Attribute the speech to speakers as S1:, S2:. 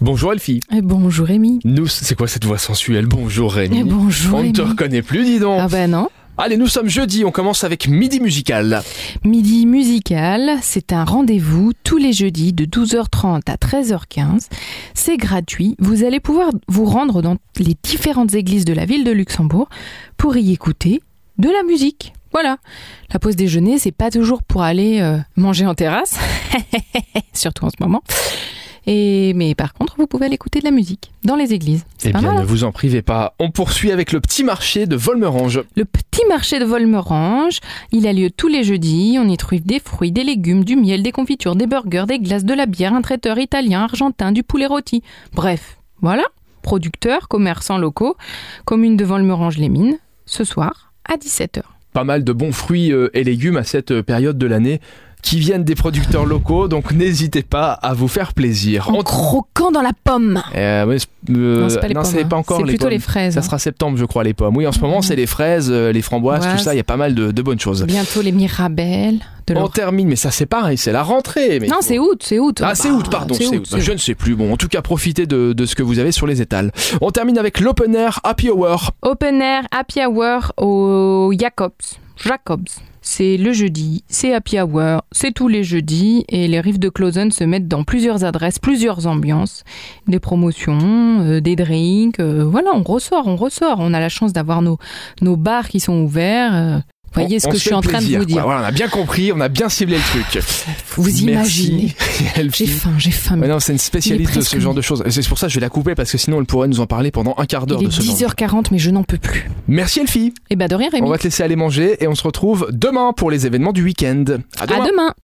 S1: Bonjour Elfie.
S2: Et Eh, bonjour Rémi.
S1: Nous, c'est quoi cette voix sensuelle Bonjour Rémi.
S2: Et Eh, bonjour
S1: On ne
S2: Rémi.
S1: te reconnaît plus, dis donc.
S2: Ah bah non.
S1: Allez, nous sommes jeudi, on commence avec Midi Musical.
S2: Midi musical, c'est un rendez-vous tous les jeudis de 12h30 à 13h15. C'est gratuit. Vous allez pouvoir vous rendre dans les différentes églises de la ville de Luxembourg pour y écouter de la musique. Voilà. La pause déjeuner, c'est pas toujours pour aller euh, manger en terrasse, surtout en ce moment. Et mais par contre, vous pouvez aller écouter de la musique dans les églises. C'est
S1: Eh
S2: pas
S1: bien,
S2: mal.
S1: ne vous en privez pas. On poursuit avec le petit marché de Volmerange.
S2: Le petit marché de Volmerange, il a lieu tous les jeudis. On y trouve des fruits, des légumes, du miel, des confitures, des burgers, des glaces, de la bière, un traiteur italien, argentin, du poulet rôti. Bref, voilà. Producteurs, commerçants locaux, commune de Volmerange-les-Mines, ce soir à 17h.
S1: Pas mal de bons fruits euh, et légumes à cette euh, période de l'année qui viennent des producteurs locaux, donc n'hésitez pas à vous faire plaisir.
S2: En croquant dans la pomme
S1: Euh, ouais, euh,
S2: Non, c'est pas les
S1: non,
S2: pommes.
S1: c'est pas
S2: hein.
S1: encore
S2: C'est
S1: les
S2: plutôt
S1: pommes.
S2: les fraises.
S1: Ça sera septembre, je crois, les pommes. Oui, en ce moment,
S2: Mhm.
S1: c'est les fraises, euh, les framboises, tout
S2: Framboises.
S1: ça. Il y a pas mal de, de bonnes choses.
S2: Bientôt les mirabelles. De
S1: On
S2: l'or-
S1: termine, mais ça c'est pareil, c'est la rentrée. Oh, Mais
S2: Non, c'est août, c'est août.
S1: Ah, c'est
S2: Bah,
S1: août, pardon, c'est août.
S2: c'est
S1: Je ne sais plus. Bon, en tout cas, profitez de, de ce que vous avez sur les étals. On termine avec l'open air Happy Hour.
S2: Open Air Happy Hour au Jacobs. Jacobs. C'est le jeudi, c'est Happy Hour, c'est tous les jeudis et les rives de Clausen se mettent dans plusieurs adresses, plusieurs ambiances, des promotions, euh, des drinks, euh, voilà, on ressort, on ressort, on a la chance d'avoir nos, nos bars qui sont ouverts. euh, voyez
S1: On-
S2: ce
S1: on
S2: que
S1: se
S2: je suis
S1: fait
S2: en train de
S1: plaisir,
S2: vous
S1: quoi.
S2: dire.
S1: Voilà, on a bien compris, on a bien ciblé le truc.
S2: Vous
S1: Merci,
S2: imaginez.
S1: Elfie.
S2: J'ai faim, j'ai faim.
S1: Ouais, non, c'est une spécialiste de ce
S2: presque
S1: genre de choses. C'est pour ça que je vais la couper parce que sinon elle pourrait nous en parler pendant un quart d'heure
S2: Il est
S1: de ce genre.
S2: 10h40 mais je n'en peux plus.
S1: Merci Elfie.
S2: Eh ben de rien Rémi.
S1: On va te laisser aller manger et on se retrouve demain pour les événements du week-end. À demain.
S2: À demain.